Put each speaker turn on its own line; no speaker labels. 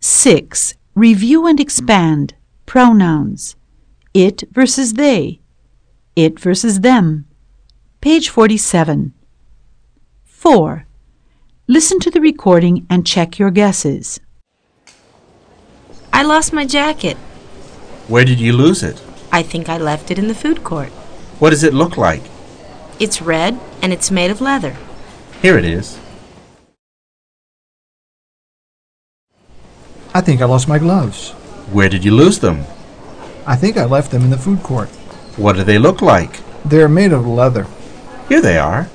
6. Review and expand pronouns. It versus they. It versus them. Page 47. 4. Listen to the recording and check your guesses.
I lost my jacket.
Where did you lose it?
I think I left it in the food court.
What does it look like?
It's red and it's made of leather.
Here it is.
I think I lost my gloves.
Where did you lose them?
I think I left them in the food court.
What do they look like?
They're made of leather.
Here they are.